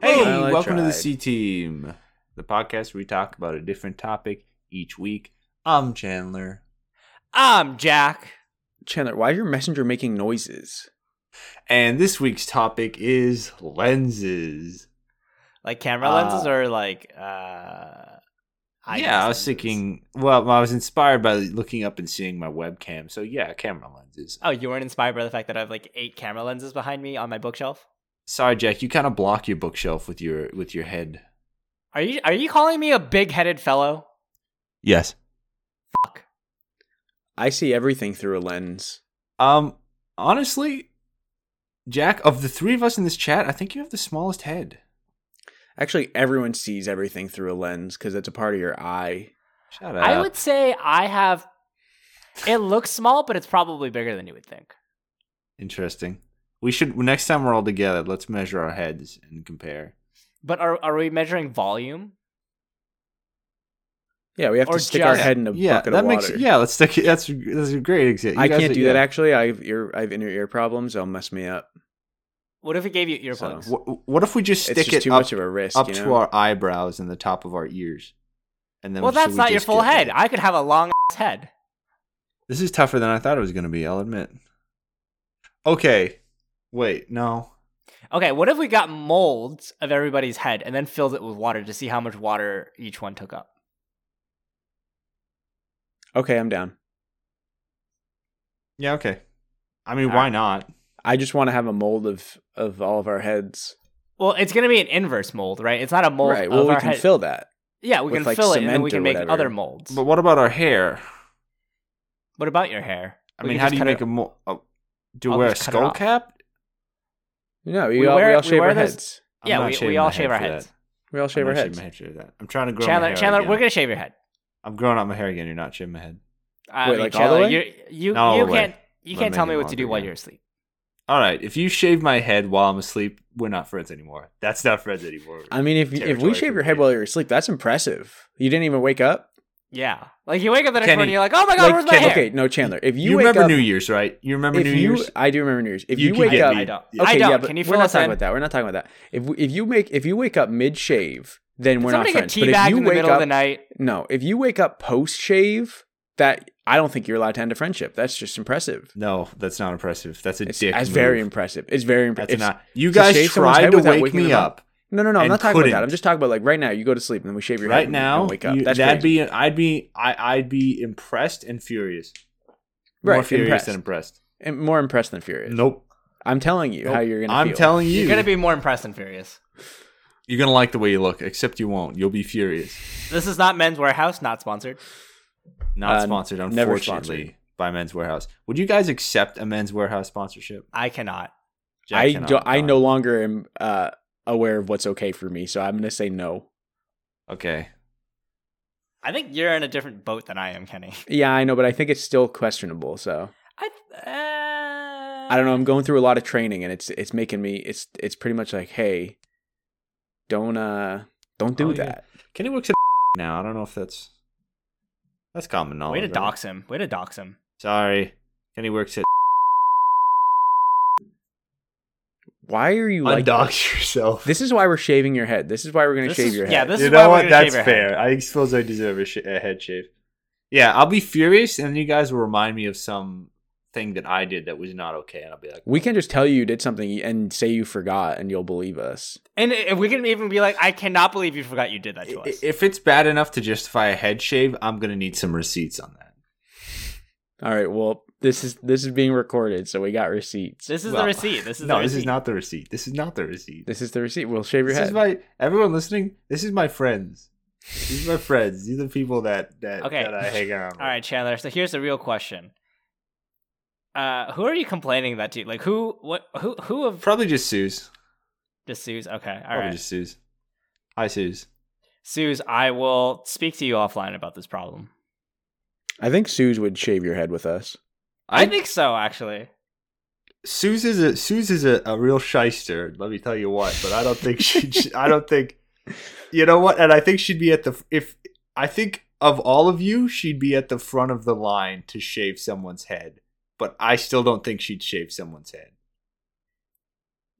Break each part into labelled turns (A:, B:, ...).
A: Hey,
B: Well, I
A: welcome to the
B: tried.
A: C Team, the podcast where we talk about a different topic each week. I'm Chandler.
C: I'm Um, Jack.
B: Chandler, why is your messenger making noises?
A: And this week's topic is lenses.
C: Like camera
A: Uh,
C: lenses or like uh
A: yeah, I was
C: lenses?
A: thinking, well, I was inspired by looking up and seeing my webcam. So, yeah, camera lenses.
C: Oh, you weren't inspired by the fact that I have like eight camera lenses behind me on my bookshelf?
A: Sorry, Jack, you kind of block your bookshelf with your with your head.
C: Are you are you calling me a big headed fellow?
A: Yes.
C: Fuck.
B: I see everything through a lens.
A: Um honestly, Jack, of the three of us in this chat, I think you have the smallest head.
B: Actually, everyone sees everything through a lens because that's a part of your eye.
A: Shut up.
C: I would say I have it looks small, but it's probably bigger than you would think.
A: Interesting. We should next time we're all together, let's measure our heads and compare.
C: But are are we measuring volume?
B: Yeah, we have
C: Or
B: to stick our
C: just-
B: head in a
A: yeah,
B: bucket
A: that
B: of
A: makes
B: water.
A: yeah. Let's take it. That's that's a great example.
B: I can't do that actually. I have ear, I have inner ear problems. It'll mess me up.
C: What if it gave you earplugs?
B: So-
A: Wh- What if we just
B: it's
A: stick
B: just
A: it
B: too
A: up,
B: much of a risk.
A: up
B: you
A: to
B: know?
A: our eyebrows and the top of our ears? And then
C: well,
A: so we
C: that's not your
A: just
C: full
A: get-
C: head. I could have a long ass head.
A: This is tougher than I thought it was going to be. I'll admit. Okay, wait, no.
C: Okay, what if we got molds of everybody's head and then filled it with water to see how much water each one took up?
B: Okay, I'm down.
A: Yeah, okay. I mean,
C: All
A: why
C: right.
A: not?
B: I just want to have a mold of of all of our heads.
C: Well, it's going to be an inverse mold, right? It's not a mold.
B: right.
C: of
B: Well, we
C: our
B: can
C: head-
B: fill that.
C: Yeah, we
B: with,
C: can
B: like,
C: fill it and then
B: cement
C: we
B: or
C: can make
B: whatever.
C: other molds.
A: But what about our hair?
C: what about your hair?
A: I
C: We
A: mean,
C: can
A: how
C: just
A: do you
C: cut
A: make
C: it-
A: a mo- a, do we
C: I'll
A: wear a
C: Oh, just cut it
A: skull
C: off.
A: cap?
B: No, we,
C: We
B: all,
C: wear-
B: we all
C: we
B: shave our
C: wear those-
B: heads.
A: I'm
C: Yeah,
A: not
C: we, we
A: shaving
C: all
A: my head
C: shave our
A: for that.
C: heads.
B: We all shave
A: I'm
B: our
A: not shaving
B: heads.
A: my head for that. I'm trying to grow my
C: Chandler,
A: hair.
C: Chandler,
A: again.
C: we're gonna shave your head.
A: I'm growing out my hair again. You're not shaving my head.
C: I
B: Wait,
C: mean,
B: like, all the
C: Chandler,
B: way?
C: you you,
A: No
C: you
A: way.
C: can't you
A: I'm
C: can't tell me
A: making
C: what to do
A: longer,
C: while
A: yeah.
C: you're asleep.
A: All right. If you shave my head while I'm asleep, we're not friends anymore. That's not friends anymore.
B: I mean, if if we
A: Territory
B: shave your
A: for
B: head
A: me.
B: while you're asleep, that's impressive. You didn't even wake up.
C: Yeah, like you wake up the next
A: Kenny,
C: morning, you're like, oh my god,
B: Like,
C: where's my
B: Ken-
C: hair?
B: Okay, no, Chandler. If you,
A: you
B: wake
A: remember
B: up,
A: New Year's, right? You remember
B: if
A: New
B: you,
A: Year's?
B: I do remember New Year's. If
A: You
B: you,
A: could
B: wake
A: get
B: up,
A: me.
C: I don't.
A: Yeah.
C: I
B: okay,
C: don't.
B: yeah, but
C: Can you
B: we're
C: fill
B: not
C: us
B: talking
C: in?
B: about that. We're not talking about that. If we- if you make if you wake up mid shave, then we're not
C: Somebody get
B: friends. But if
C: teabagged
B: you
C: in the
B: wake
C: middle of the
B: up,
C: night.
B: no, if you wake up post shave, that I don't think you're allowed to end a friendship. That's just impressive.
A: no, that's not impressive. That's a
B: It's,
A: dick.
B: that's
A: move.
B: very impressive. It's very
A: That's
B: impressive.
A: not. You
B: to
A: guys
B: shave someone's
A: tried
B: head
A: to
B: without
A: wake
B: waking
A: me
B: them up.
A: up.
B: No, no, no. I'm
A: and
B: not talking about
A: couldn't.
B: that. I'm just talking about like right now. You go to sleep and then we shave your head
A: Right
B: and-
A: now,
B: and wake up.
A: you-
B: That's
A: that'd
B: crazy.
A: be. I'd be. I, I'd be impressed and furious.
B: right,
A: More furious
B: impressed.
A: than impressed.
B: And more impressed than furious.
A: Nope.
B: I'm telling you
A: Nope.
B: how you're gonna.
A: I'm
B: feel.
A: telling you.
C: You're gonna be more impressed than furious.
A: You're gonna like the way you look, except you won't. You'll be furious.
C: This is not Men's Warehouse, not sponsored.
A: Not
B: Uh,
A: sponsored,
B: never
A: unfortunately,
B: sponsored.
A: by Men's Warehouse. Would you guys accept a Men's Warehouse sponsorship?
C: I cannot.
A: Jack
B: I
A: cannot,
B: do, I
A: Don.
B: no longer am uh, aware of what's okay for me, so I'm gonna say no.
A: Okay.
C: I think you're in a different boat than I am, Kenny.
B: Yeah, I know, but I think it's still questionable. So
C: I uh,
B: I don't know. I'm going through a lot of training, and it's it's making me. It's it's pretty much like, hey, don't uh, don't do
A: Oh, yeah.
B: that.
A: Kenny works at now. I don't know if that's that's common knowledge.
C: Way to
A: right?
C: dox him. Way to dox him.
A: Sorry. Kenny works at
B: Why are you like?
A: Undox yourself.
B: This is why we're shaving your head. This is why we're gonna
C: This
B: shave
C: is-
B: your head.
C: yeah, this
A: you
C: is why
A: know
C: we're
A: what?
C: gonna
A: That's
C: shave your
A: fair.
C: head.
A: I suppose I deserve a, sh- a head shave. Yeah, I'll be furious, and you guys will remind me of some thing that I did that was not okay, and I'll be like,
B: we can just tell you did something and say you forgot, and you'll believe us.
C: And if we can even be like, I cannot believe you forgot you did that to
A: "I-
C: us.
A: if it's bad enough to justify a head shave, I'm gonna need some receipts on that.
B: All right. Well, this is this is being recorded, so we got receipts.
C: this is
A: Well,
C: the receipt. This is
A: no,
C: the
A: this is
C: receipt.
A: not the receipt. This is not the receipt.
B: This is the receipt. We'll shave your
A: This is my
B: head.
A: everyone listening. This is my friends. These are my friends. These are the people that that,
C: Okay.
A: that I hang around. with.
C: All right, Chandler. So here's the real question. Uh, who are you complaining that to? Like who? What? Who? Who of
A: Probably just Suze.
C: the Sue's? Okay, all
A: Probably
C: right.
A: just Suze. Hi, Suze.
C: Sue's. I will speak to you offline about this problem.
B: I think Suze would shave your head with us.
C: I,
A: I-
C: think so, actually.
A: Suze is a Suze is a, a real shyster. Let me tell you what. But I don't think she. she- I don't think. You know what? And I think she'd be at the if I think of all of you, she'd be at the front of the line to shave someone's head. But I still don't think she'd shave someone's head.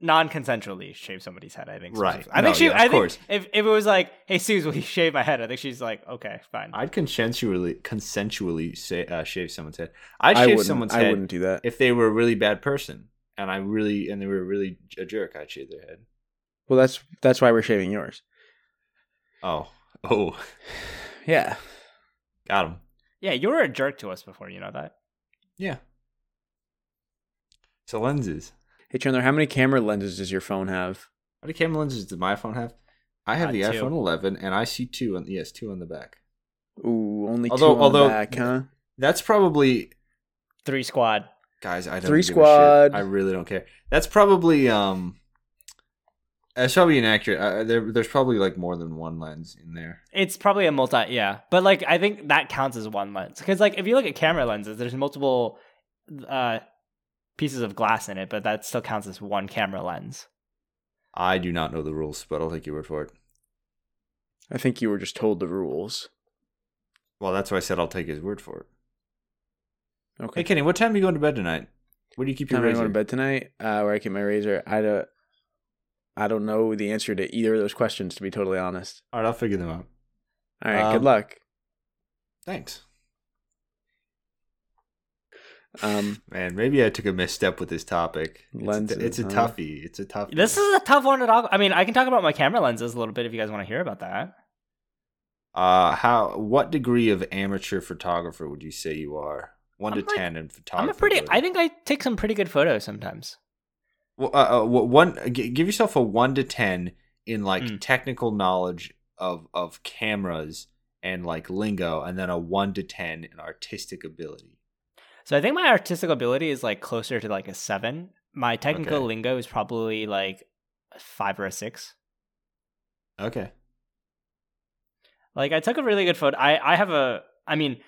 C: non-consensually shave somebody's head. I think.
A: Right.
C: specifically. I
A: No,
C: think she.
A: yeah, of
C: I think
A: course.
C: if if it was like, hey, Suze, will you shave my head? I think she's like, okay, fine.
A: I'd consensually consensually say uh, shave someone's head. I'd
B: I
A: shave
B: wouldn't.
A: someone's
B: I
A: head
B: wouldn't do that.
A: if they were a really bad person and I really and they were really a jerk. I'd shave their head.
B: well, that's that's why we're shaving yours.
A: Oh, oh,
B: Yeah.
A: got him.
C: yeah, you were a jerk to us before. You know that.
A: Yeah. So lenses.
B: Hey Chandler, how many camera lenses does your phone have?
A: How many camera lenses does my phone have? I have
C: Uh,
A: the
C: two.
A: iPhone 11, and I see two on yes, two on the back.
B: Ooh, only
A: Although-
B: two on
A: although-
B: the back, huh?
A: That's probably
C: Three squad.
A: guys. I don't
B: Three
A: give a shit.
B: squad.
A: I really don't care. That's probably um. That's probably inaccurate. I, I- uh, there, there's probably like more than one lens in there.
C: It's probably a multi. Yeah, but like I think that counts as one lens because like if you look at camera lenses, there's multiple uh pieces of glass in it, but that still counts as one camera lens.
A: I do not know the rules, but I'll take your word for it.
B: I think you were just told the rules.
A: Well, that's why I said I'll take his word for it.
B: Okay.
A: Hey, Kenny, what time are you going to bed tonight? Where do you keep your
B: time I
A: razor?
B: go to bed tonight, uh, where I keep my razor, I don't, I don't know the answer to either of those questions. To be totally honest.
A: All right, I'll figure them out.
B: All right.
A: Um,
B: good luck.
A: Thanks,
B: Um,
A: man. Maybe I took a misstep with this topic. It's a-
B: Lenses,
A: It's a,
B: huh?
A: toughie. It's a toughie.
C: This is a tough one to talk. I mean, I can talk about my camera lenses a little bit if you guys want to hear about that.
A: Uh, how? What degree of amateur photographer would you say you are? One
C: I'm
A: to
C: like-
A: ten in
C: I'm
A: photography.
C: a pretty.
A: but-
C: I think I take some pretty good photos sometimes.
A: Well, uh, uh, wh- one. g- Give yourself a one to ten in like
B: Hmm.
C: Mm.
A: technical knowledge of of cameras and like lingo, and then a one to ten in artistic ability.
C: So I think my artistic ability is like closer to like a seven. My technical
A: Okay.
C: lingo is probably like a five or a six.
A: Okay.
C: Like I took a really good photo. I I have a. I mean,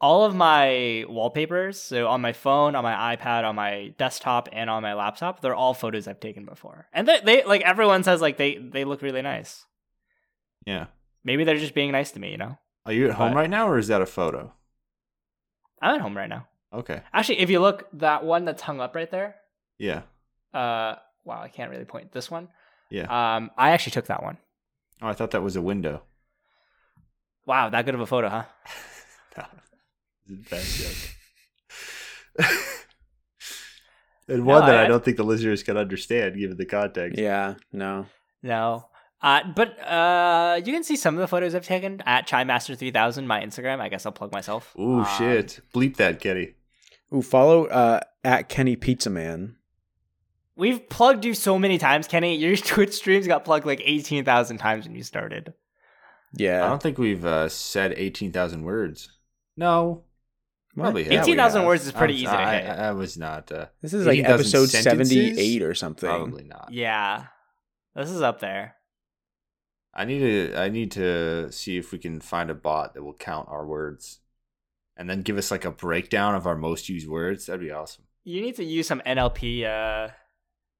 C: all of my wallpapers. So on my phone, on my iPad, on my desktop, and on my laptop, they're all photos I've taken before. And they, they like everyone says like they they look really nice.
A: Yeah.
C: Maybe they're just being nice to me. You know,
A: Are you at home
B: But-
A: right now, or is that a photo?
C: I'm at home right now.
A: Okay.
C: Actually, if you look, that one that's hung up right there.
A: Yeah.
C: Uh, wow, I can't really point this one.
A: Yeah.
C: Um, I actually took that one.
A: Oh, I thought that was a window.
C: Wow, that good of a photo, huh?
A: No. It's a bad joke. and one
C: No,
A: that
C: I-
A: I, don't think the listeners can understand given the context.
B: yeah. No.
C: No. Uh, but uh, you can see some of the photos I've taken at Chimaster3000, my Instagram. I guess I'll plug myself.
A: Ooh,
C: Um,
A: shit. Bleep that, Kenny.
B: Ooh, follow uh, at Kenny Pizza Man.
C: We've plugged you so many times, Kenny. Your Twitch streams got plugged like 18,000 times when you started.
A: I
B: Yeah.
A: don't think we've uh, said 18,000 words. No.
B: What?
A: probably have. Yeah, we
C: 18,000
B: have.
C: words is pretty
A: I'm-
C: easy to
A: I,
C: hit.
A: I, I was not. Uh,
B: This is like
A: 18,000
B: episode
A: sentences?
B: seventy-eight or something.
A: probably not.
C: yeah. This is up there.
A: I need to I need to see if we can find a bot that will count our words and then give us like a breakdown of our most used words. That'd be awesome.
C: You need to use some NLP uh,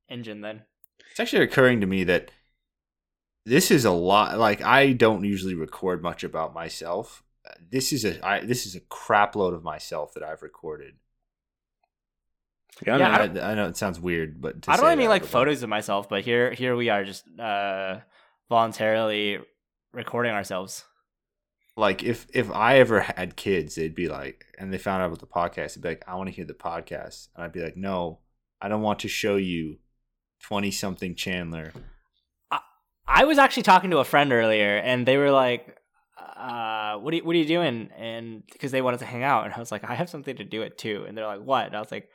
C: engine then.
A: It's actually occurring to me that this is a lot. Like I don't usually record much about myself. Uh, This is a I, this is a crap load of myself that I've recorded.
B: Yeah. I don't
C: Yeah,
B: know.
A: I, I know it sounds weird, but to
C: I don't
A: say
C: really mean
A: that
C: like
A: out loud.
C: photos of myself, but here here we are just uh, voluntarily recording ourselves.
A: Like if if I ever had kids, they'd be like, and they found out about the podcast, they'd be like, I want to hear the podcast, and I'd be like, no, I don't want to show you twenty something Chandler.
C: I was actually talking to a friend earlier, and they were like, uh, "What are you, what are you doing?" And because they wanted to hang out, and I was like, "I have something to do it too." And they're like, "What?" And I was like,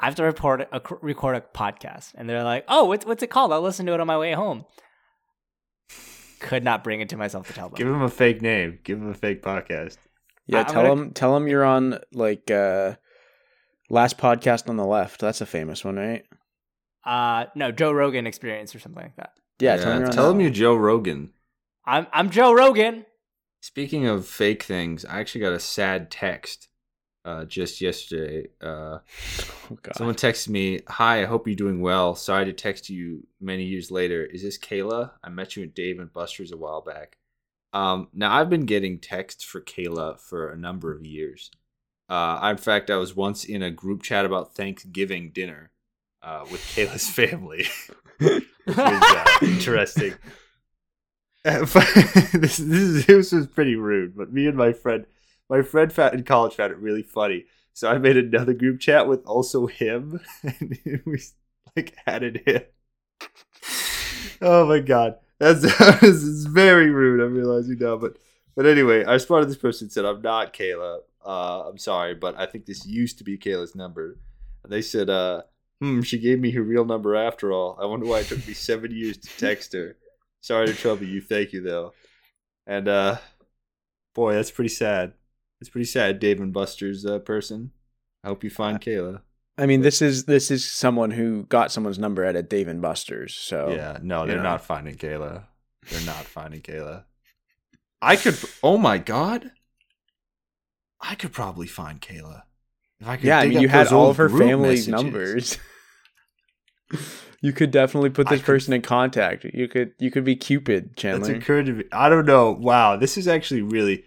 C: "I have to report a, record a podcast." And they're like, "Oh, what's what's it called?" I'll listen to it on my way home. Could not bring it to myself to tell them.
A: Give him a fake name. Give him a fake podcast.
B: Yeah,
C: I'm
B: tell
C: gonna-
B: him tell him you're on like uh last podcast on the left. That's a famous one, right?
C: uh, no, Joe Rogan experience or something like that.
B: Yeah, tell him you're on that one.
A: Joe Rogan.
C: I'm I'm Joe Rogan.
A: Speaking of fake things, I actually got a sad text uh, just yesterday. Uh,
B: Oh, God.
A: someone texted me, "Hi, I hope you're doing well. Sorry to text you many years later. Is this Kayla? I met you at Dave and Buster's a while back." Um, now I've been getting texts for Kayla for a number of years. Uh, in fact, I was once in a group chat about Thanksgiving dinner, uh, with Kayla's family, which was uh, interesting. Uh, but this, this, is, this was pretty rude, but me and my friend, my friend found, in college found it really funny. So I made another group chat with also him, and we like added him. Oh my god, that's that was- it's very rude. I'm realizing now, but but anyway, I responded. to This person said, "I'm not Kayla. Uh, I'm sorry, but I think this used to be Kayla's number." And they said, uh, "Hmm, she gave me her real number after all. I wonder why it took me seven years to text her. Sorry to trouble you. Thank you though." And uh, boy, that's pretty sad. It's pretty sad, Dave and Buster's uh, person. I hope you
B: Uh,
A: find Kayla.
B: I mean, this is this is someone who got someone's number at a Dave and Buster's. So
A: Yeah, no, they're
B: Yeah.
A: not finding Kayla. They're not finding Kayla. I could. Oh my god, I could probably find Kayla if I could.
B: yeah. I
A: dig
B: mean, you
A: up
B: had
A: those
B: all
A: old
B: of her
A: group
B: family's
A: messages.
B: numbers. you could definitely put
A: I
B: this
A: could-
B: person in contact. You could you could be Cupid,
A: That's
B: Chandler.
A: occurred to me. I don't know. Wow, this is actually really.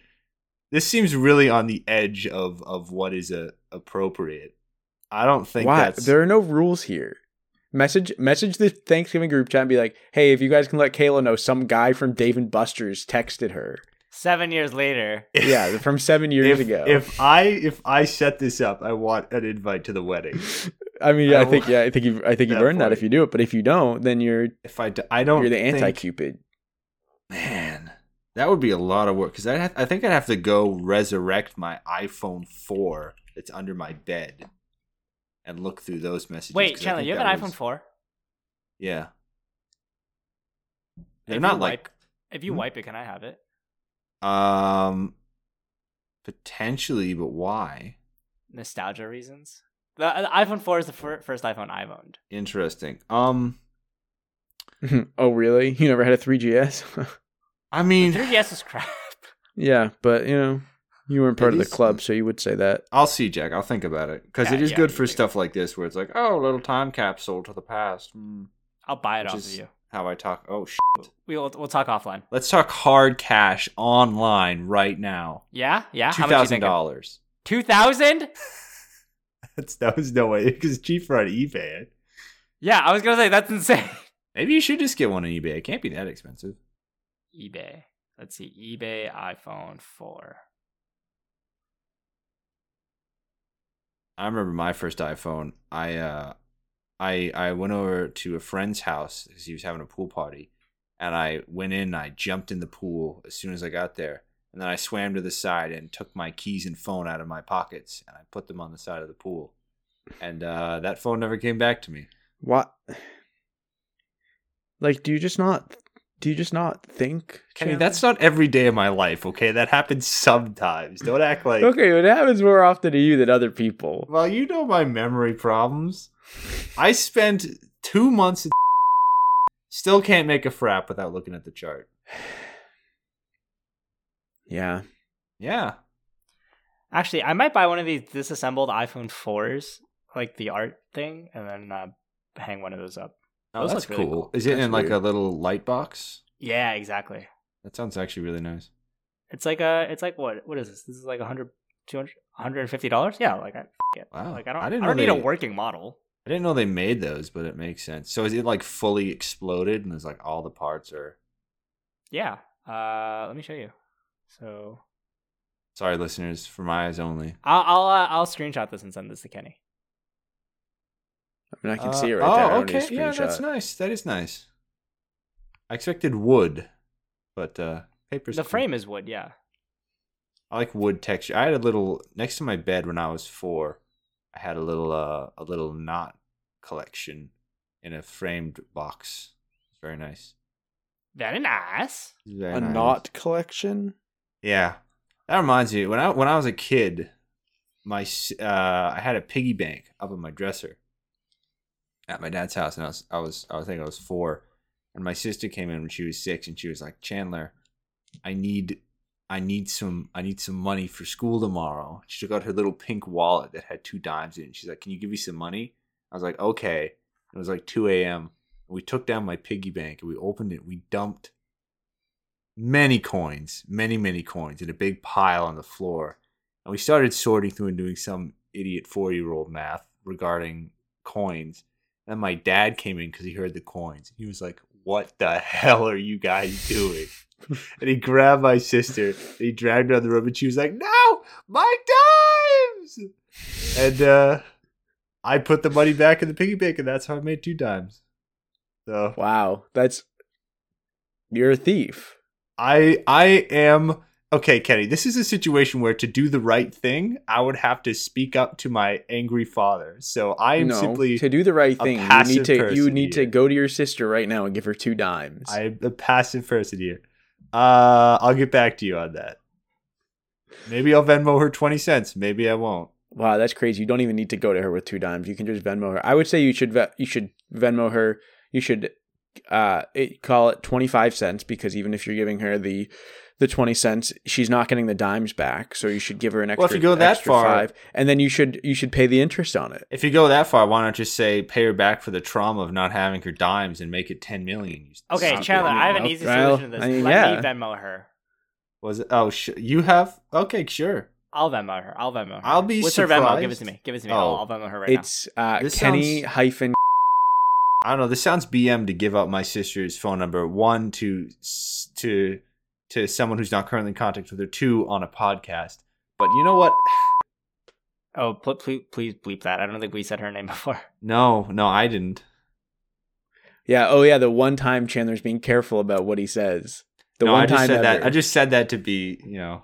A: This seems really on the edge of of what is a, appropriate. I don't think
B: Why?
A: that's.
B: There are no rules here. Message message the Thanksgiving group chat and be like, hey, if you guys can let Kayla know, some guy from Dave and Buster's texted her.
C: Seven years later,
B: Yeah, from seven years
A: if,
B: ago.
A: If I if I set this up, I want an invite to the wedding.
B: I mean, yeah, I
A: I
B: think
A: will-
B: yeah, I think you I think you
A: That
B: earn that
A: part.
B: if you do it. But if you don't, then you're
A: If I, d- I don't
B: you're the
A: think-
B: anti Cupid.
A: Man, that would be a lot of work because I I think I'd have to go resurrect my iPhone four that's under my bed and look through those messages.
C: wait,
A: 'cause I
C: Chandler,
A: think
C: you have
A: that
C: an
A: was-
C: iPhone four.
A: Yeah, they're
C: If
A: not
C: you
A: like
C: Wipe, if you
A: Hmm?
C: wipe it, can I have it?
A: um potentially, but why?
C: Nostalgia reasons. The, uh, the iPhone four is the fir- first iPhone I've owned.
A: Interesting. Um,
B: oh, really? You never had a 3GS?
A: I
C: The
A: mean,
C: 3DS was crap.
B: yeah, but you know, you weren't part
A: It
B: of the
A: is-
B: club, so you would say that.
A: I'll see, Jack. I'll think about it because
C: Yeah,
A: it is
C: yeah,
A: good
C: you
A: for
C: think-
A: stuff like this where it's like, oh, little time capsule to the past. Hmm,
C: I'll buy it
A: Which
C: off
A: is-
C: of you.
A: how I talk. Oh, sh-
C: We will. We'll talk offline.
A: let's talk hard cash online right now.
C: Yeah, yeah.
A: two thousand dollars.
C: Two thousand?
A: That's that was no way because it's cheaper on eBay.
C: Yeah, I was gonna say that's insane.
A: Maybe you should just get one on eBay. It can't be that expensive.
C: eBay. Let's see. eBay iPhone four.
A: I remember my first iPhone. I uh, I I went over to a friend's house because he was having a pool party, and I went in. and I jumped in the pool as soon as I got there, and then I swam to the side and took my keys and phone out of my pockets and I put them on the side of the pool, and uh, that phone never came back to me.
B: What? Like, do you just not? Do you just not think?
A: Kenny,
B: Chandler?
A: that's not every day of my life. Okay, that happens sometimes. Don't act like
B: okay. It happens more often to you than other people.
A: Well, you know my memory problems. I spent two months. At still can't make a frap without looking at the chart.
B: Yeah.
A: Yeah,
C: Actually, I might buy one of these disassembled iPhone fours, like the art thing, and then uh, hang one of those up.
A: oh,
C: Those
A: that's
C: look really
A: cool.
C: cool.
A: Is it
B: That's
A: in like
B: weird.
A: a little light box?
C: Yeah, exactly.
A: That sounds actually really nice.
C: It's like a. It's like what? What is this? This is like 100 200 150 dollars. Yeah, like I. f- It.
A: Wow,
C: Like I don't. I,
A: didn't
C: don't
A: know
C: need a
A: they-
C: working model.
A: I didn't know they made those, but it makes sense. So is it like fully exploded and there's like all the parts are?
C: Yeah. Uh, let me show you. So
A: Sorry, listeners, for my eyes only.
C: I'll I'll, uh, I'll screenshot this and send this to Kenny.
B: I mean, I can
A: Uh,
B: see it right
A: oh,
B: there. I don't need a
A: okay. Yeah, that's
B: screenshot.
A: nice. That is nice. I expected wood, but uh, paper's
C: the
A: cool.
C: frame is wood. Yeah.
A: I like wood texture. I had a little next to my bed when I was four. I had a little uh, a little knot collection in a framed box. It's very nice.
C: Very nice.
A: It's very
B: A
A: nice.
B: knot collection.
A: Yeah, that reminds me. When I when I was a kid, my s- uh, I had a piggy bank up in my dresser at my dad's house, and I was I was I was thinking I was four, and my sister came in when she was six, and she was like, Chandler, I need. I need some I need some money for school tomorrow. She took out her little pink wallet that had two dimes in it. She's like, Can you give me some money? I was like, Okay. It was like two AM. We took down my piggy bank and we opened it. We dumped many coins, many, many coins in a big pile on the floor. And we started sorting through and doing some idiot four year old math regarding coins. And my dad came in because he heard the coins. He was like, What the hell are you guys doing? and he grabbed my sister and he dragged her on the room and she was like, No, my dimes. And uh, I put the money back in the piggy bank and that's how I made two dimes. So
B: Wow, that's you're a thief.
A: I I am okay, Kenny. This is a situation where to do the right thing, I would have to speak up to my angry father. So I am
B: no,
A: simply
B: to do the right thing. You
A: passive
B: need to you
A: person
B: need to
A: here.
B: go to your sister right now and give her two dimes.
A: I'm a passive person here. Uh, I'll get back to you on that. Maybe I'll Venmo her twenty cents. Maybe I won't.
B: Wow, that's crazy. You don't even need to go to her with two dimes. You can just Venmo her. I would say you should ve- you should Venmo her. You should uh it, call it 25 cents because even if you're giving her the the 20 cents, she's not getting the dimes back. So you should give her an extra
A: Well, if you go that
B: extra
A: far-
B: 5 and then you should you should pay the interest on it.
A: If you go that far, why not just say pay her back for the trauma of not having her dimes and make it ten million? You
C: Okay,
A: stupid-
C: Chandler, I have an
B: Well,
C: easy
B: well,
C: solution to this.
B: I mean,
C: Let
B: yeah.
C: me Venmo her.
A: Was it? Oh, sh- you have? Okay, sure.
C: I'll Venmo her. I'll Venmo her.
A: I'll be
C: What's her Venmo? Give it to me. Give it to me. I'll,
A: Oh.
C: I'll Venmo her right
B: It's uh
A: This
B: Kenny
A: sounds-
B: hyphen
A: I don't know. This sounds BM to give out my sister's phone number one to s- to to someone who's not currently in contact with her. Two on a podcast. But you know what?
C: now. Oh, pl- please, please bleep that. I don't think we said her name before.
A: No, no, I didn't.
B: Yeah, oh yeah, the one time Chandler's being careful about what he says. The
A: no,
B: one
A: I just
B: time
A: said that.
B: ever.
A: I just said that to be, you know,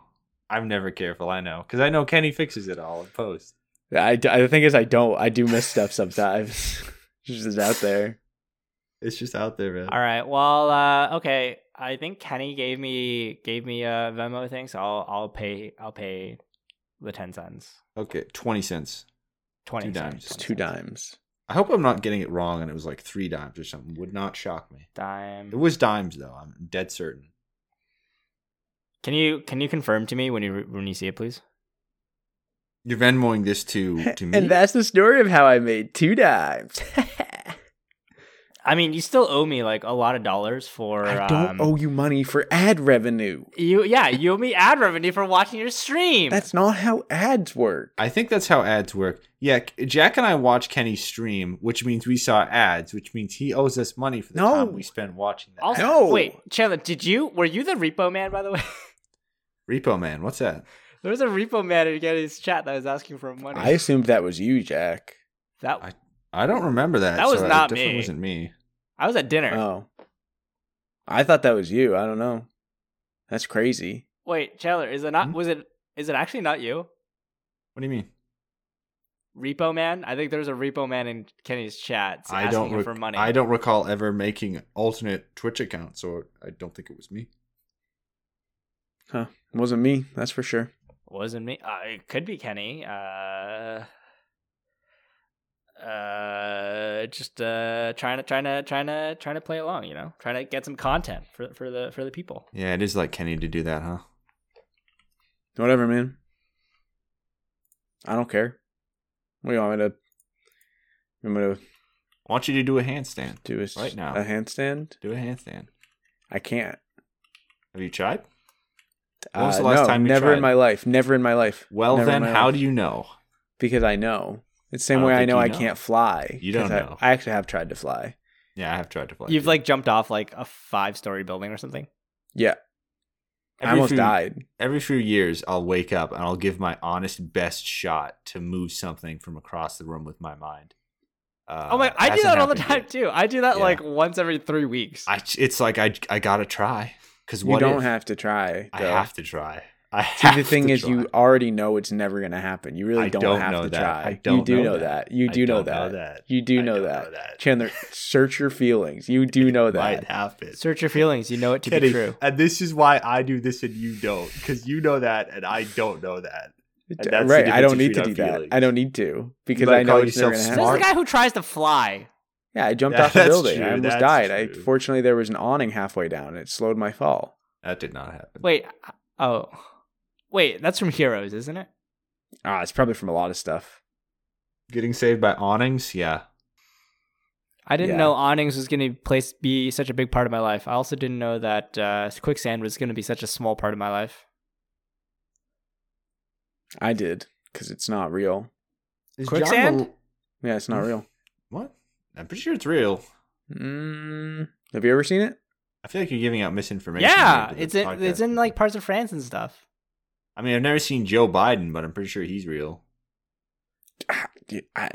A: I'm never careful. I know because I know Kenny fixes it all in post.
B: I, the thing is I don't I do miss stuff sometimes. It's just out there.
A: It's just out there, man.
C: All right. Well, uh, okay. I think Kenny gave me gave me a Venmo thing, so I'll I'll pay I'll pay the ten cents,
A: Okay, twenty cents.
C: twenty
A: Two
C: sorry,
A: dimes.
B: It's
C: 20
B: two
C: cents.
B: dimes.
A: I hope I'm not getting it wrong, and it was like three dimes or something. Would not shock me.
C: Dime.
A: It was dimes though. I'm dead certain.
C: Can you can you confirm to me when you when you see it, please?
A: You're Venmoing this to to me.
B: And that's the story of how I made two dimes.
C: I mean, you still owe me like a lot of dollars for.
B: I
C: um,
B: don't owe you money for ad revenue.
C: you. Yeah, you owe me ad revenue for watching your stream.
B: That's not how ads work.
A: I think that's how ads work. Yeah, K- Jack and I watched Kenny's stream, which means we saw ads, which means he owes us money for the
B: No.
A: time we spent watching that.
C: also,
A: ad.
B: No.
C: wait, Chandler, did you were you the repo man by the way?
A: Repo Man, what's that?
C: there was a repo man in his chat that was asking for money.
B: I assumed that was you, Jack.
C: that
A: I- I don't remember that.
C: That was
A: so it
C: not
A: definitely
C: me.
A: Wasn't me.
C: I was at dinner.
B: Oh. I thought that was you. I don't know. That's crazy.
C: Wait, Chandler, is it not?
A: Hmm?
C: Was it? Is it actually not you?
A: What do you mean?
C: Repo man. I think there was a repo man in Kenny's chat
A: I
C: asking
A: don't
C: him
A: rec-
C: for money.
A: I don't recall ever making alternate Twitch accounts, so I don't think it was me.
B: It wasn't me, that's for sure.
C: Wasn't me. Uh, it could be Kenny. Uh, uh, just uh, trying to trying to trying to trying to play along. You know, trying to get some content for for the for the people.
A: Yeah, it is like Kenny to do that, huh?
B: Whatever, man. I don't care. What do you want me to I'm gonna
A: I want you to do a handstand.
B: do is
A: Right now.
B: a handstand?
A: Do a handstand.
B: I can't.
A: Have you tried? When was the
B: Uh,
A: last
B: no,
A: time you
B: never
A: tried?
B: in my life. Never in my life.
A: Well,
B: Never in
A: then,
B: my
A: how
B: life.
A: do you know?
B: Because I know. It's the
A: I
B: same
A: don't
B: way I
A: think
B: know
A: Oh, you
B: I
A: know.
B: can't fly.
A: You don't
B: 'Cause I-
A: know.
B: I, actually have tried to fly.
A: Yeah, I have tried to fly.
C: You've like jumped off like a five story building or something.
B: Yeah. I
A: Every
B: almost
A: few-
B: died.
A: every few years, I'll wake up and I'll give my honest best shot to move something from across the room with my mind. Uh,
C: oh my!
A: it
C: I do
A: hasn't
C: that all the
A: happened
C: time
A: yet.
C: too. I do that
A: Yeah.
C: like once every three weeks.
A: I, it's like I, I gotta try because
B: You
A: what
B: don't
A: if?
B: have to try.
A: I
B: though.
A: have to try. I
B: See,
A: have
B: the thing
A: to
B: is, you
A: try.
B: already know it's never going to happen. You really
A: I
B: don't,
A: don't
B: have
A: know
B: to
A: that.
B: try.
A: I don't
B: you do
A: know
B: know
A: that.
B: that. You
A: I
B: do know
A: don't
B: that.
A: know that.
B: You do
A: I
B: know
A: don't
B: that.
A: know that.
B: Chandler, search your feelings. You do know
A: might
B: that.
A: happen.
C: Search your feelings. You know it to
A: Kenny,
C: be true.
A: And this is why I do this and you don't, because you know that and I don't know that. And that's the
B: Right. I don't
A: difference
B: need to do
A: between our
B: that.
A: feelings.
B: I don't need to because
A: might
B: I know
A: call
B: it's never
A: yourself
B: going to
C: This is the
B: happen.
A: smart.
C: guy who tries to fly.
B: Yeah, I jumped
A: Yeah,
B: off the
A: that's
B: building. I
A: true,
B: almost
A: that's
B: died. I
A: true.
B: fortunately there was an awning halfway down. It slowed my fall.
A: That did not happen.
C: Wait. Oh. Wait, that's from Heroes, isn't it?
B: Ah, it's probably from a lot of stuff.
A: Getting saved by awnings? Yeah.
C: I didn't
B: Yeah.
C: know awnings was going to place be such a big part of my life. I also didn't know that uh, quicksand was going to be such a small part of my life.
B: I did because it's not real. Hmm.
A: Is
C: Quicksand?
A: Mul-
B: Yeah, it's not real.
A: what? I'm pretty sure it's real.
B: Mm, have you ever seen it?
A: I feel like you're giving out misinformation.
C: Yeah,
A: here to the
C: it's in,
A: podcast.
C: it's in like parts of France and stuff.
A: I mean, I've never seen Joe Biden, but I'm pretty sure he's real.
B: Ah, dude, I,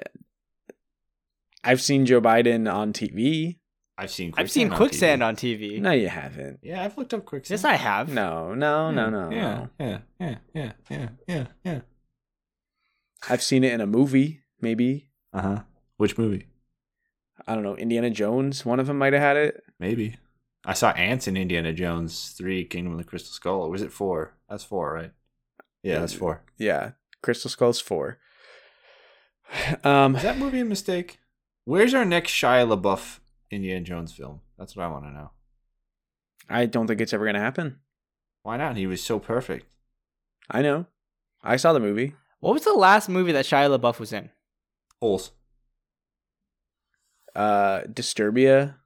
B: I've seen Joe Biden on TV.
A: I've seen. Quicksand
C: I've seen
A: on
C: quicksand
A: TV.
C: on TV.
B: No, you haven't.
A: Yeah, I've looked up quicksand.
C: Yes, I Hmm. have.
B: No, no, Oh, no, no,
A: Hmm, Yeah,
B: no.
A: yeah, yeah, yeah, yeah, yeah, yeah.
B: I've seen it in a movie, maybe.
A: Uh huh. Which movie?
B: I don't know. Indiana Jones. One of them might have had it.
A: Maybe. I saw ants in Indiana Jones three, Kingdom of the Crystal Skull. Or was it four? That's four, right? Yeah, that's four.
B: Yeah, Crystal Skulls four. Um,
A: Is that movie a mistake? Where's our next Shia LaBeouf Indiana Jones film? That's what I want to know.
B: I don't think it's ever gonna happen.
A: Why not? He was so perfect.
B: I know. I saw the movie.
C: What was the last movie that Shia LaBeouf was in?
A: Holes.
B: Uh, Disturbia.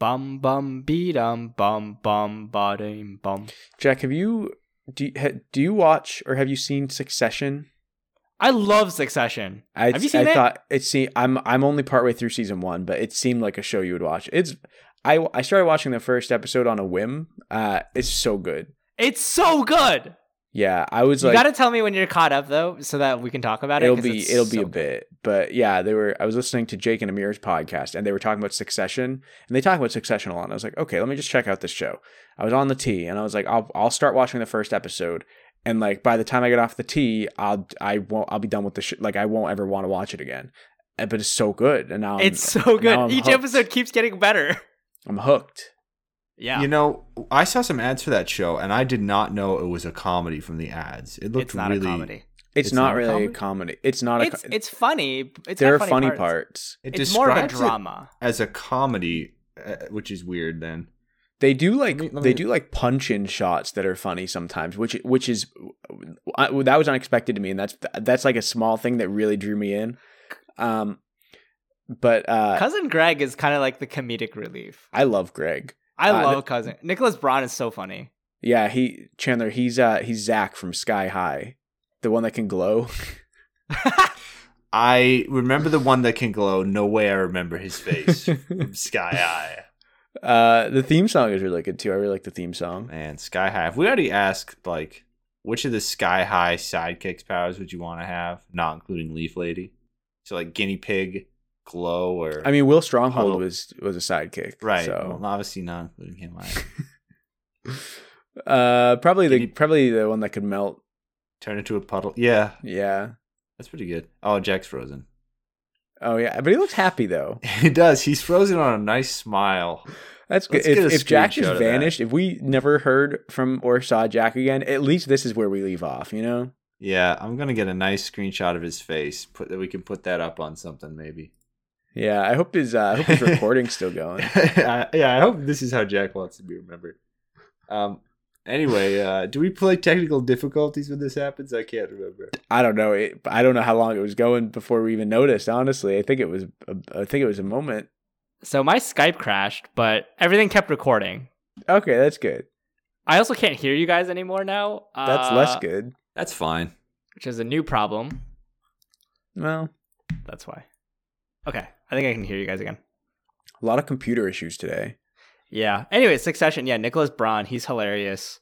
C: Bum bum bee dum bum bum ba dum bum.
B: Jack, have you do you, ha- do you watch or have you seen Succession?
C: I love Succession.
B: I,
C: Have you seen
B: I
C: it?
B: thought it seemed I'm I'm only partway through season one, but it seemed like a show you would watch. It's I I started watching the first episode on a whim. Uh, it's so good.
C: It's so good.
B: Yeah, I was
C: You
B: like,
C: gotta tell me when you're caught up though, so that we can talk about it.
B: it'll
C: 'cause
B: be
C: it's
B: it'll be
C: so
B: a bit, but yeah, they were. I was listening to Jake and Amir's podcast, and they were talking about Succession, and they talk about Succession a lot. And I was like, okay, let me just check out this show. I was on the T, and I was like, I'll I'll start watching the first episode, and like by the time I get off the T, I'll I won't I'll be done with the sh- like I won't ever want to watch it again. Uh, But it's so good, and now
C: good.
B: I'm-
C: It's so
B: I'm
C: good. Each
B: hooked.
C: episode keeps getting better.
B: I'm hooked.
C: Yeah.
A: You know, I saw some ads for that show, and I did not know it was a comedy from the ads. It looked
C: it's not
A: really,
C: a comedy.
B: It's,
A: It's
B: not,
A: not a
B: really a
A: comedy?
B: comedy. It's not a.
C: It's
B: co-
C: it's funny. It's
B: there are
C: got
B: funny,
C: funny
B: parts.
A: It
C: It's more of a
A: describes it
C: drama.
A: as a comedy, uh, which is weird. Then
B: They do like
A: Let me- let
B: they
A: me-
B: do like punch in shots that are funny sometimes, which which is I, that was unexpected to me, and that's that's like a small thing that really drew me in. Um, but uh,
C: Cousin Greg is kind of like the comedic relief.
B: I love Greg.
C: I
B: Uh,
C: love Cousin. Nicholas Braun is so funny.
B: Yeah, he Chandler. He's uh he's Zach from Sky High, the one that can glow.
A: I remember the one that can glow. No way, I remember his face. from Sky High,
B: Uh, the theme song is really good too. I really like the theme song.
A: man. Sky High. If we already asked, like, which of the Sky High sidekicks powers would you want to have, not including Leaf Lady? So like guinea pig, glow, or
B: I mean, Will Stronghold
A: Huddle.
B: was was a sidekick,
A: Oh. right?
B: So
A: Well, obviously not including him. I
B: uh, probably the
A: Guinea-
B: probably the one that could melt.
A: turn into a puddle. Yeah,
B: Yeah.
A: that's pretty good. Oh, Jack's frozen.
B: Oh yeah, but he looks happy though.
A: He does. He's frozen on a nice smile.
B: That's good.
A: Let's get
B: If,
A: a
B: if Jack
A: screenshot
B: just
A: of that.
B: vanished, if we never heard from or saw Jack again, at least this is where we leave off. You know,
A: Yeah, I'm gonna get a nice screenshot of his face. Put that we can put that up on something maybe.
B: yeah. I hope his uh, I hope his recording's still going.
A: I- yeah, I hope this is how Jack wants to be remembered. Um. Anyway, uh, do we play technical difficulties when this happens? I can't remember.
B: I don't know. It, I don't know how long it was going before we even noticed. Honestly, I think it was a, I think it was a moment.
C: So my Skype crashed, but everything kept recording.
B: Okay, that's good.
C: I also can't hear you guys anymore now.
B: That's
C: uh,
B: less good.
A: That's fine.
C: Which is a new problem.
B: Well,
C: That's why. Okay, I think I can hear you guys again.
B: a lot of computer issues today.
C: Yeah. Anyway, Succession. Yeah, Nicholas Braun. He's hilarious.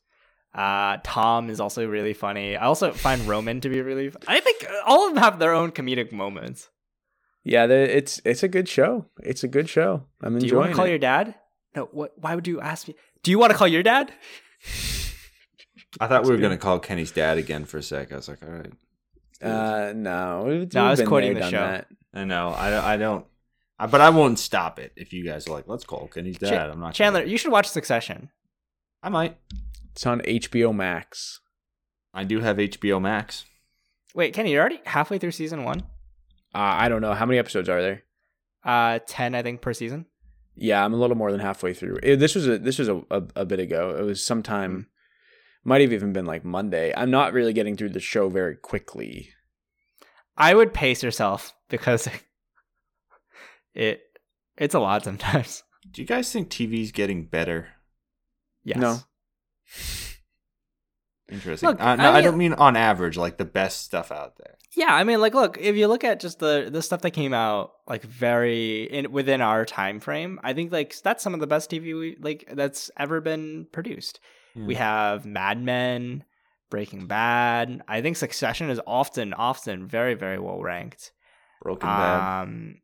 C: Uh, Tom is also really funny. I also find Roman to be really. I think all of them have their own comedic moments.
B: Yeah, the, it's it's a good show. It's a good show. I'm
C: Do you want
B: enjoying
C: to call
B: it.
C: your dad? No. What? Why would you ask me? Do you want to call your dad?
A: I thought we were gonna call Kenny's dad again for a sec. I was like, all right.
B: uh, no, we've
C: No, I was
B: been
C: quoting
B: there,
C: the
B: done
C: show.
B: that.
A: I know. I I don't. I, but I won't stop it if you guys are like, let's call Kenny's dad.
C: Ch-
A: I'm not
C: Chandler,
A: Gonna,
C: you should watch Succession.
A: I might.
B: It's on HBO Max.
A: I do have HBO Max.
C: Wait, Kenny, you're already halfway through season one.
B: Uh, I don't know how many episodes are there.
C: Uh, ten, I think, per season.
B: Yeah, I'm a little more than halfway through. It- this was a this was a, a, a bit ago. It was sometime, might have even been like Monday. I'm not really getting through the show very quickly.
C: I would pace yourself because it it's a lot sometimes.
A: Do you guys think TV's getting better?
C: Yes.
B: No.
A: Interesting.
C: Look,
A: uh, no,
C: I
A: I,
C: mean-
A: don't mean on average, like the best stuff out there.
C: Yeah, I mean, like, look, if you look at just the the stuff that came out like very in within our time frame, I think like that's some of the best TV we, like that's ever been produced.
A: Hmm.
B: Hmm.
C: We have Mad Men, Breaking Bad. I think Succession is often, often very, very well ranked.
A: Broken Bad.
C: Um,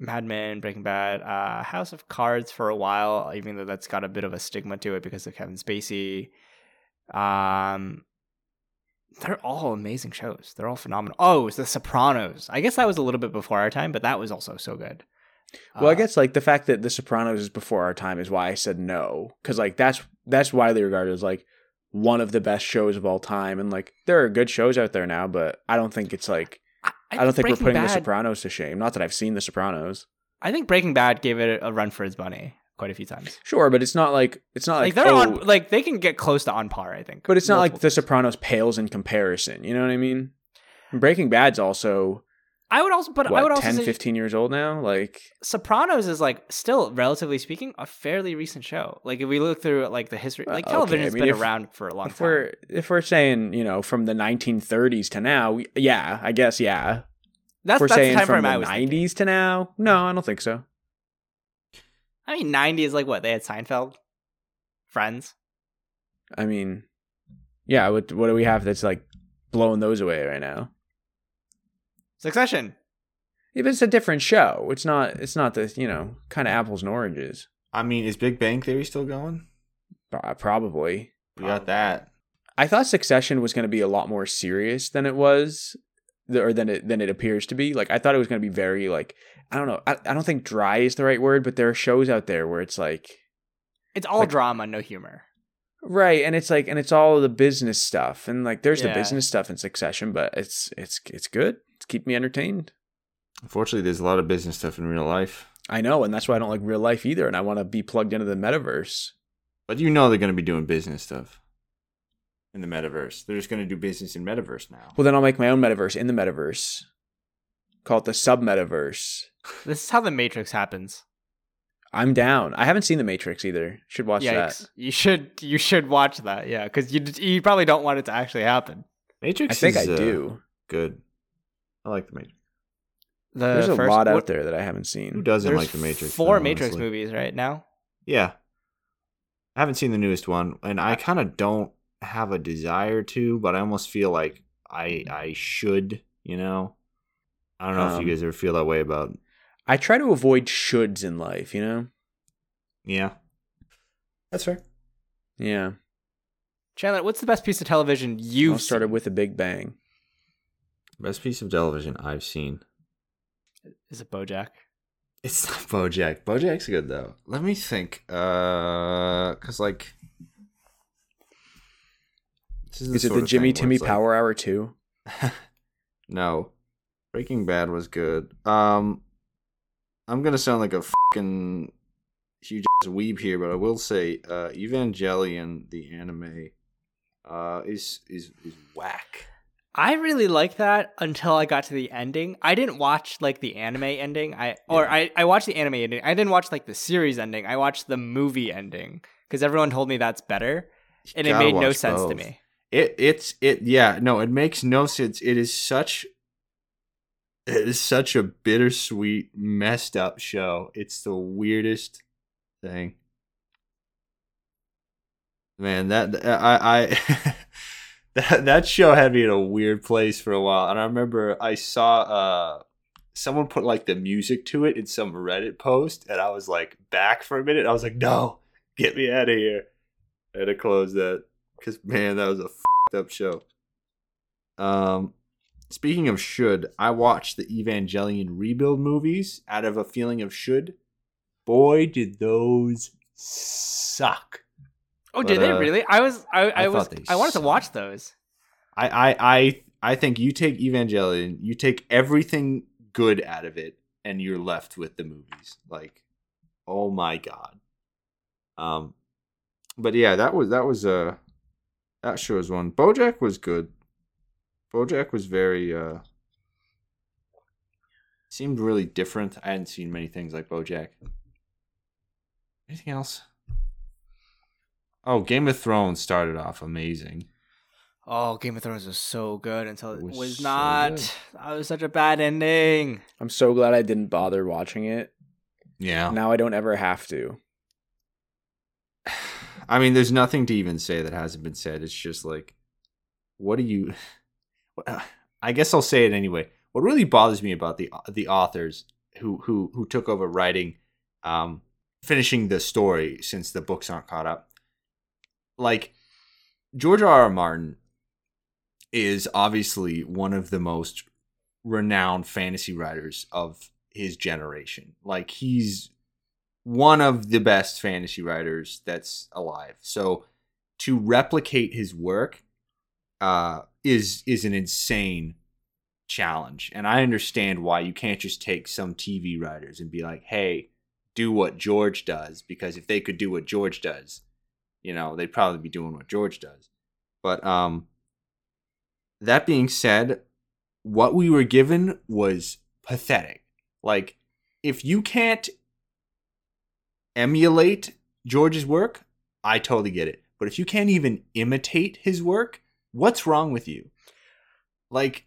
C: Mad Men, Breaking Bad, uh, House of Cards for a while, even though that's got a bit of a stigma to it because of Kevin Spacey. Um, they're all amazing shows. They're all phenomenal. Oh, it's The Sopranos. I guess that was a little bit before our time, but that was also so good.
B: Well, I
C: Uh,
B: guess like the fact that The Sopranos is before our time is why I said no, because like that's that's widely regarded as like one of the best shows of all time, and like there are good shows out there now, but I don't think it's like
C: Uh,
B: I, don't think we're
C: Breaking
B: putting The
C: Bad-
B: Sopranos to shame. Not that I've seen The Sopranos,
C: I think Breaking Bad gave it a run for its money quite a few times.
B: sure, but it's not like it's not
C: Like
B: like,
C: they're
B: oh,
C: on, like they can get close to on par. I think,
B: but it's not like
C: Multiple
B: The
C: times.
B: Sopranos pales in comparison. You know what I mean? Breaking Bad's also
C: I would also, but I would
B: what
C: also
B: 10,
C: say-
B: 15 years old now. Like
C: Sopranos is like still relatively speaking a fairly recent show. Like if we look through like the history, like
B: Uh, okay,
C: television's
B: I mean,
C: been
B: if-
C: around for a long
B: if we're
C: time.
B: if we're saying you know from the 1930s to now, we, yeah, I guess yeah.
C: That's
B: we're
C: that's the
B: saying
C: time
B: from
C: frame
B: the
C: I was. thinking.
B: 90s to now? No, I don't think so.
C: I mean, ninety is like what they had Seinfeld, Friends.
B: I mean, yeah, what what do we have that's like blowing those away right now?
C: Succession.
B: Yeah, but it's a different show. It's not it's not the, you know, kind of apples and oranges.
A: I mean, is Big Bang Theory still going?
B: Pro- Probably.
A: We got that.
B: I thought Succession was going to be a lot more serious than it was th- or than it than it appears to be. Like I thought it was going to be very like I don't know. I, I don't think dry is the right word, but there are shows out there where it's like
C: It's all
B: Like-
C: drama, no humor.
B: Right, and it's like, and it's all the business stuff, and like, there's
C: Yeah.
B: the business stuff in Succession, but it's it's it's good. It's keep me entertained.
A: Unfortunately, there's a lot of business stuff in real life,
B: I know, and that's why I don't like real life either, and I want to be plugged into the metaverse.
A: but you know they're going to be doing business stuff in the metaverse. They're just going to do business in metaverse now.
B: Well, then I'll make my own metaverse in the metaverse, call it the sub metaverse.
C: This is how the Matrix happens.
B: I'm down. I haven't seen the Matrix either. Should watch
C: Yikes!
B: that.
C: You should you should watch that. Yeah, because you you probably don't want it to actually happen.
A: Matrix.
B: I think I
A: is, uh,
B: do.
A: Good. I like the Matrix.
C: The
B: There's a
C: first-
B: lot out
C: what-
B: there that I haven't
A: Who
B: seen.
A: doesn't
C: there's
A: like the Matrix?
C: Four
A: though,
C: Matrix
A: honestly?
C: movies right now.
A: Yeah. I haven't seen the newest one, and I kind of don't have a desire to, but I almost feel like I I should, you know. I don't know if
B: Mm-hmm. Um,
A: you guys ever feel that way about
B: I try to avoid shoulds in life. You know.
A: yeah. That's fair.
B: Yeah.
C: Chandler, what's the best piece of television
B: You
C: you've
B: started
C: seen?
B: with a Big Bang.
A: Best piece of television I've seen.
C: Is it BoJack?
A: It's not BoJack. BoJack's good though. Let me think. Uh, cause like, this
B: Is it
A: sort
B: the
A: of thing
B: Jimmy
A: where
B: Timmy
A: it's like-
B: Power Hour too?
A: No. Breaking Bad was good. Um I'm gonna sound like a fucking huge ass weeb here, but I will say uh Evangelion the anime uh is is is whack.
C: I really like that until I got to the ending. I didn't watch like the anime ending. I or
A: Yeah.
C: I, I watched the anime ending. I didn't watch like the series ending. I watched the movie ending because everyone told me that's better,
A: You
C: and it
A: gotta
C: made no
A: watch
C: sense to
A: both.
C: me.
A: It it's it yeah, no, it makes no sense. It is such it is such a bittersweet, messed up show. It's the weirdest thing. Man, that I I that that show had me in a weird place for a while. And I remember I saw uh someone put like the music to it in some Reddit post, and I was like back for a minute. I was like, no, get me out of here. I had to close that because man, that was a fucked up show. Um, speaking of should, I watched the Evangelion rebuild movies out of a feeling of should. Boy, did those suck.
C: Oh,
A: But,
C: did they
A: uh,
C: really? I was I, I,
A: I
C: was
A: thought they
C: I wanted to
A: sucked.
C: watch those.
A: I I I I think you take Evangelion, you take everything good out of it, and you're left with the movies. Like, oh my god. Um, but yeah, that was that was uh that show was one. BoJack was good. BoJack was very uh seemed really different. I hadn't seen many things like BoJack. Anything else? Oh, Game of Thrones started off amazing.
C: oh, Game of Thrones was so good until it was,
D: Was so
C: not.
D: good.
C: That was such a bad ending.
B: I'm so glad I didn't bother watching it.
A: Yeah.
B: Now I don't ever have to.
A: I mean, there's nothing to even say that hasn't been said. It's just like, what do you? I guess I'll say it anyway. What really bothers me about the the authors who who who took over writing, um, finishing the story since the books aren't caught up. Like George R. R. Martin is obviously one of the most renowned fantasy writers of his generation. Like he's one of the best fantasy writers that's alive. So to replicate his work uh, is is an insane challenge, and I understand why you can't just take some TV writers and be like, "Hey, do what George does," because if they could do what George does, you know, they'd probably be doing what George does. But um, that being said, what we were given was pathetic. Like, if you can't emulate George's work, I totally get it. But if you can't even imitate his work, what's wrong with you? Like,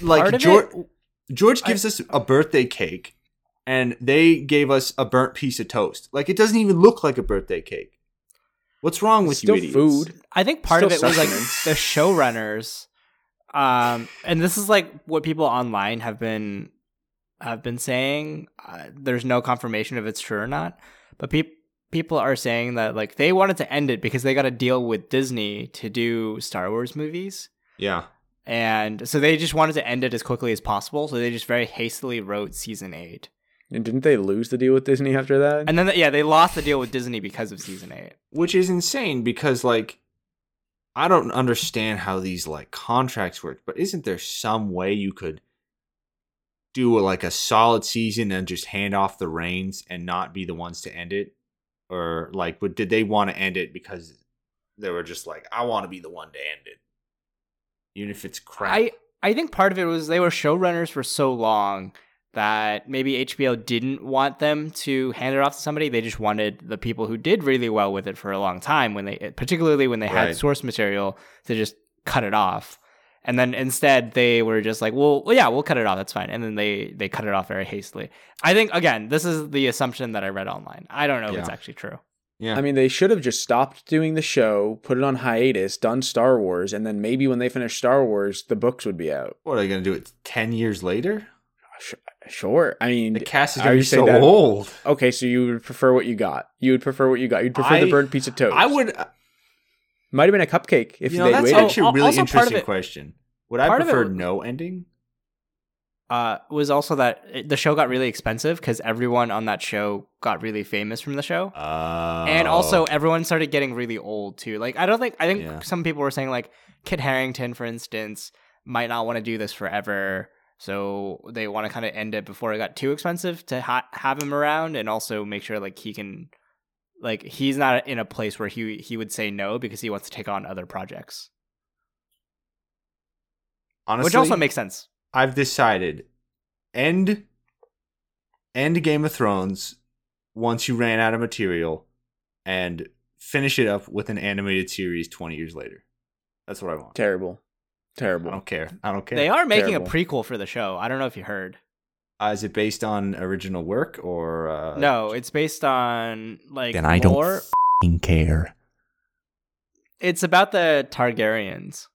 C: Part
A: like
C: of
A: George,
C: it-
A: George gives us a birthday cake, and they gave us a burnt piece of toast. Like, it doesn't even look like a birthday cake. What's wrong with
B: Still
A: you? idiots?
B: food.
C: I think part of it
B: Still
C: was like
B: sustenance.
C: the showrunners, um, and this is like what people online have been have been saying. Uh, there's no confirmation if it's true or not, but people people are saying that like they wanted to end it because they got a deal with Disney to do Star Wars movies,
A: Yeah.
C: and so they just wanted to end it as quickly as possible. So they just very hastily wrote season eight,
B: And didn't they lose the deal with Disney after that?
C: and then yeah, they lost the deal with Disney because of season eight.
A: which is insane because like I don't understand how these like contracts work, but isn't there some way you could do like a solid season and just hand off the reins and not be the ones to end it? Or like but did they want to end it because they were just like I want to be the one to end it. Even if it's crap.
C: I I think part of it was they were showrunners for so long that maybe HBO didn't want them to hand it off to somebody. They just wanted the people who did really well with it for a long time when they particularly when they
A: Right.
C: had source material to just cut it off. And then instead they were just like, well, well, yeah, we'll cut it off. That's fine. And then they they cut it off very hastily. I think again, this is the assumption that I read online. I don't know if it's
A: Yeah.
C: actually true.
A: yeah.
B: I mean, they should have just stopped doing the show, put it on hiatus, done Star Wars, and then maybe when they finish Star Wars, the books would be out.
A: what are they gonna do it ten years later?
B: Sh- Sure. I mean,
A: The cast is
B: I
A: gonna be
B: would say
A: so
B: that-
A: old.
B: okay, so you would prefer what you got. You would prefer what you got. You'd prefer
A: I-
B: the burnt piece of toast.
A: I would
B: Might have been a cupcake if
A: you know,
B: they'd
A: that's
B: waited.
C: Oh,
A: actually a
C: al-
A: really
C: also part of
A: interesting
C: it-
A: question. Would I
C: part of it
A: prefer
C: was-
A: no ending?
C: uh, was also that it- the show got really expensive because everyone on that show got really famous from the show.
A: Uh,
C: and also, everyone started getting really old too. Like, I don't think, I think
A: Oh. Yeah.
C: some people were saying, like, Kit Harrington, for instance, might not want to do this forever. So they want to kind of end it before it got too expensive to ha- have him around and also make sure, like, he can, like, he's not in a place where he, he would say no because he wants to take on other projects,
A: honestly,
C: which also makes sense.
A: I've decided end end Game of Thrones once you ran out of material, and finish it up with an animated series twenty years later. That's what I want.
B: Oh. Terrible.
A: I
B: Terrible.
A: don't care. I don't care.
C: They are making
B: Terrible.
C: a prequel for the show. I don't know if you heard.
A: Uh, is it based on original work or uh,
C: No, it's based on like
A: Then I don't
C: lore.
A: f***ing care.
C: It's about the Targaryens.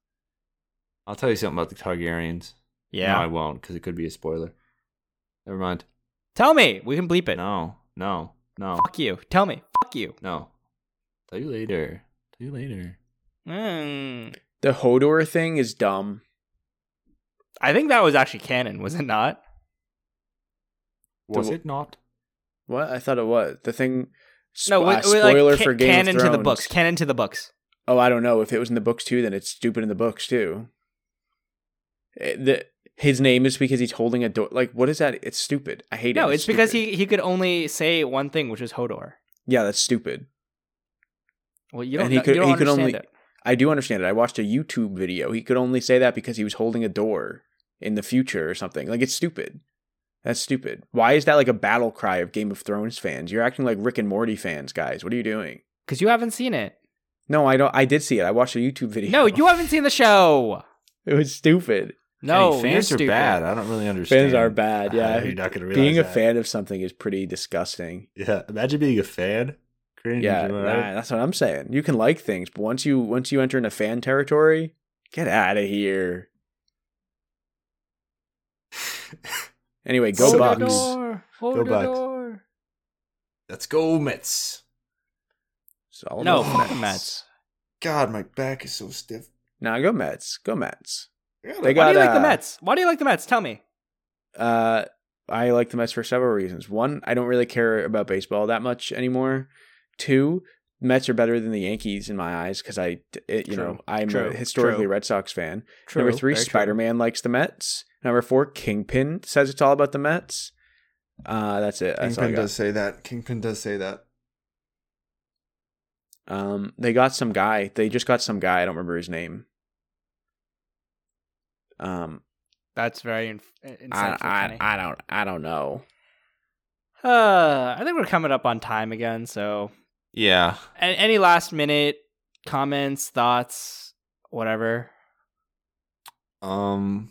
A: I'll tell you something about the Targaryens. no, I
C: Yeah.
A: won't because it could be a spoiler. Never mind.
C: Tell me. We can bleep it.
A: No, no, no,
C: Fuck you. Tell me. Fuck you.
A: no. Tell you later. Tell you later.
C: Mm.
B: The Hodor thing is dumb.
C: I think that was actually canon, was it not?
A: Was
B: The-
A: it not?
B: What? I thought it was. The thing. Sp-
C: No, wi-
B: uh,
C: wi- like,
B: spoiler
C: ca-
B: for Game
C: canon
B: of Thrones.
C: to the books. Canon to the books.
B: Oh, I don't know. If it was in the books too, then it's stupid in the books too. Eh, the his name is because he's holding a door. Like, what is that? It's stupid. I hate it.
C: No, it's because
B: stupid.
C: he he could only say one thing, which is Hodor.
B: Yeah, that's stupid.
C: Well, you don't.
B: And he
C: know-
B: could-
C: you don't
B: he could
C: understand
B: only-
C: it.
B: I do understand it. I watched a YouTube video. He could only say that because he was holding a door in the future or something. Like it's stupid. That's stupid. Why is that like a battle cry of Game of Thrones fans? You're acting like Rick and Morty fans, guys. What are you doing?
C: because you haven't seen it.
B: No, I don't. I did see it. I watched a YouTube video.
C: No, you haven't seen the show.
B: It was stupid.
C: No,
D: Hey, fans
C: you're
D: are
C: stupid.
D: bad. I don't really understand.
B: Fans are bad.
A: Ah,
B: Yeah,
A: you're not gonna realize
B: being a
A: that.
B: fan of something is pretty disgusting.
A: Yeah, imagine being a fan. Cringe,
B: yeah,
A: am I
B: nah,
A: right?
B: that's what I'm saying. You can like things, but once you once you enter into fan territory, get out of here. Anyway, go
A: So-
B: Bucks.
C: door. Hold
A: Go
C: the
A: Bucks.
C: door.
A: Let's go Mets.
B: Solid
C: No,
B: Mets.
C: fuck the Mets.
A: God, my back is so stiff.
B: Nah, go Mets. Go Mets.
A: They
B: They
A: got
C: Why
B: got-
C: do you like the
B: uh,
C: Mets? Why do you like the Mets? Tell me.
B: Uh, I like the Mets for several reasons. One, I don't really care about baseball that much anymore. Two, Mets are better than the Yankees in my eyes because I, it, you
C: True.
B: know, I'm
C: True.
B: a historically
C: True.
B: Red Sox fan.
C: True.
B: Number three,
C: Very true.
B: Spider Man likes the Mets. Number four, Kingpin says it's all about the Mets. Uh, that's it. That's all I
A: Kingpin
B: got.
A: does say that. Kingpin does say that.
B: Um, they got some guy. They just got some guy. I don't remember his name. Um,
C: That's very inf- insightful.
B: I,
C: Kenny.
B: I, I don't, I don't know.
C: uh, I think we're coming up on time again. So,
D: Yeah.
C: a- any last minute comments, thoughts, whatever.
A: Um,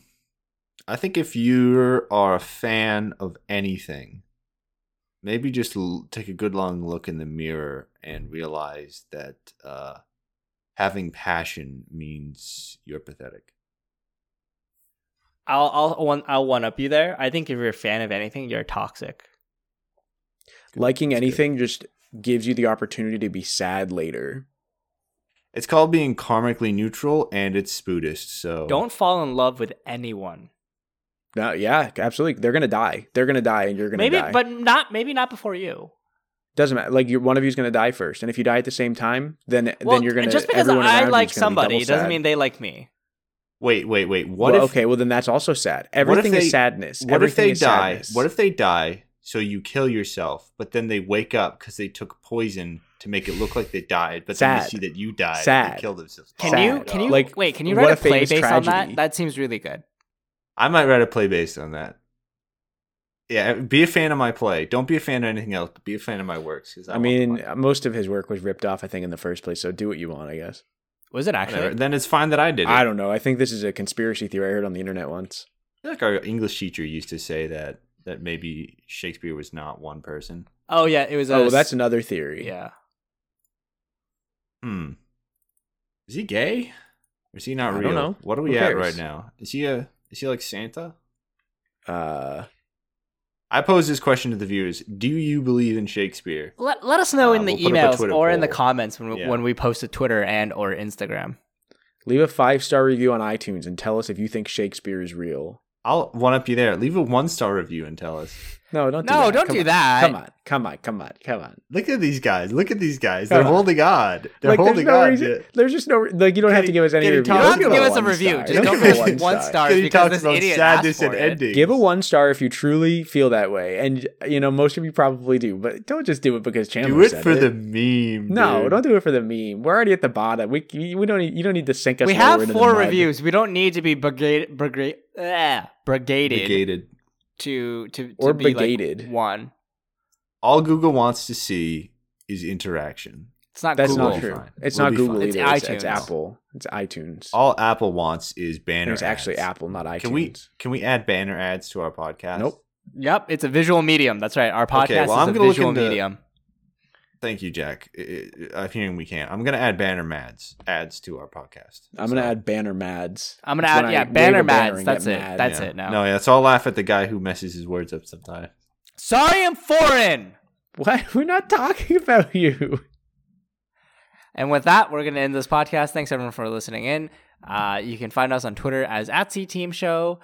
A: I think if you are a fan of anything, maybe just l- take a good long look in the mirror and realize that uh, having passion means you're pathetic.
C: I'll I'll one I'll one up you there. I think if you're a fan of anything, you're toxic.
A: Good.
B: Liking
A: That's good.
B: anything just gives you the opportunity to be sad later.
A: It's called being karmically neutral, and it's Buddhist. So
C: Don't fall in love with anyone.
B: No, yeah, absolutely. They're gonna die. They're gonna die, and you're gonna
C: Maybe,
B: die.
C: but not maybe not before you.
B: doesn't matter. Like you're, one of you's gonna die first, and if you die at the same time, then
C: Well,
B: then you're gonna.
C: just because
B: everyone around
C: I
B: you's
C: like
B: gonna be
C: somebody
B: double
C: doesn't
B: sad.
C: mean they like me.
A: wait, wait, wait. What
B: Well,
A: if
B: okay, well then that's also sad. Everything
A: they-
B: is sadness.
A: What if
B: Everything
A: they
B: is
A: die?
B: sadness.
A: What if they die? So you kill yourself, but then they wake up because they took poison to make it look like they died, but then
B: Sad.
A: they see that you died.
B: Sad.
A: They killed themselves.
C: Can
B: Sad.
C: you can you
B: Like,
C: wait? Can you
B: what
C: write a,
B: a
C: play
B: famous
C: based on that?
B: tragedy.
C: That seems really good.
A: I might write a play based on that. Yeah, be a fan of my play. Don't be a fan of anything else. But be a fan of my works. 'cause
B: I
C: Oh,
A: want
B: mean,
A: the money.
B: most of his work was ripped off, I think, in the first place. So do what you want, I guess.
C: Was it
A: Whatever.
C: actually?
A: then it's fine that I did. It.
B: I don't know. I think this is a conspiracy theory I heard on the internet once.
A: I feel like our English teacher used to say that that maybe Shakespeare was not one person.
C: Oh yeah, it was.
B: Oh,
C: a,
B: well, that's another theory.
C: yeah.
A: Hmm. Is he gay? Or is he not
B: I
A: real?
B: don't know.
A: What are
B: Who
A: we at
B: cares?
A: right now? Is he a is he like Santa?
B: Uh,
A: I pose this question to the viewers: Do you believe in Shakespeare?
C: Let, let us know
A: Uh,
C: in the
A: we'll put up a
C: emails or
A: Twitter
C: in the
A: poll.
C: comments when we,
A: Yeah.
C: when we post to Twitter and or Instagram.
B: leave a five star review on iTunes and tell us if you think Shakespeare is real.
A: I'll one up you there. Leave a one star review and tell us.
B: No, don't.
C: No,
B: do that.
C: don't
B: Come
C: do
B: on.
C: that.
B: Come on, come on, come on, come on.
A: Look at these guys. Look at these guys.
B: Come
A: They're
B: on.
A: holding on. They're
B: like,
A: holding
B: there's no
A: on.
B: reason.
A: to-
B: There's just no re- like. You don't have
A: Getting-
B: to give us any
A: getting
B: review.
A: toxic.
C: You don't
A: give it a
C: have to give us a
B: one
C: review.
B: star.
C: Just don't
A: give
C: give
A: it
C: us
A: one
C: one
B: star.
C: star
A: Getting
C: because
A: talked
C: this
A: about
C: idiot
A: sadness
C: asked
A: and
C: for it.
A: endings.
B: Give a one star if you truly feel that way, and you know most of you probably do, but don't just do it because Chandler
A: Do it
B: said
A: for
B: it.
A: the meme.
B: No,
A: dude.
B: don't do it for the meme. We're already at the bottom. We you- we don't need, you don't need to sink us.
C: We
B: lower
C: have
B: into the
C: four
B: mud.
C: reviews. We don't need to be brigade, brigade, eh, brigaded
A: Negated.
C: to to, to
B: Or
C: be like
B: brigaded.
C: one.
A: All Google wants to see is interaction.
C: It's not
B: That's
C: Google.
B: not true.
A: Fine.
B: It's
A: We'll
B: not
A: be
B: Google
A: fine.
C: It's
B: either. It's, it's
C: iTunes.
B: Apple. It's iTunes.
A: All Apple wants is
B: And
A: banner.
B: it's actually
A: ads.
B: Apple, not iTunes.
A: Can we can we add banner ads to our podcast?
B: Nope.
C: Yep, it's a visual medium. That's right. Our podcast
A: Okay, well,
C: is
A: I'm
C: a
A: gonna look
C: visual
A: into-
C: medium.
A: Thank you, Jack. I- I- I'm hearing we can't. I'm gonna add banner ads ads to our podcast.
B: I'm gonna
A: So-
B: add banner mads.
C: I'm gonna
B: It's when
C: add
B: I
C: yeah,
B: wave
C: banner
B: a
C: mats.
B: and
C: That's
B: get
C: it.
B: mad.
C: That's
A: Yeah.
C: it now.
A: No, yeah. Let's all laugh at the guy who messes his words up sometimes.
C: Sorry, I'm foreign.
B: What? We're not talking about you.
C: And with that, we're going to end this podcast. Thanks everyone for listening in. Uh, you can find us on Twitter as at C Team Show,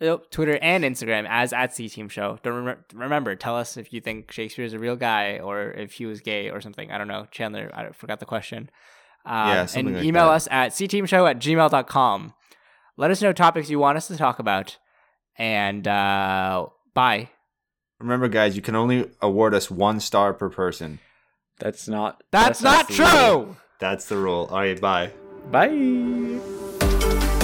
C: Nope, Twitter and Instagram as at C Team Show. Don't rem- remember. Tell us if you think Shakespeare is a real guy or if he was gay or something. I don't know. Chandler, I forgot the question. Um,
A: Yeah, something
C: and
A: like
C: email
A: that.
C: us at cteamshow at gmail.com. Let us know topics you want us to talk about. And uh, bye.
A: Remember, guys, you can only award us one star per person.
B: That's not.
C: That's, not
B: the
C: true.
A: That's the rule. All right, bye.
B: rule. Bye.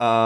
A: Um,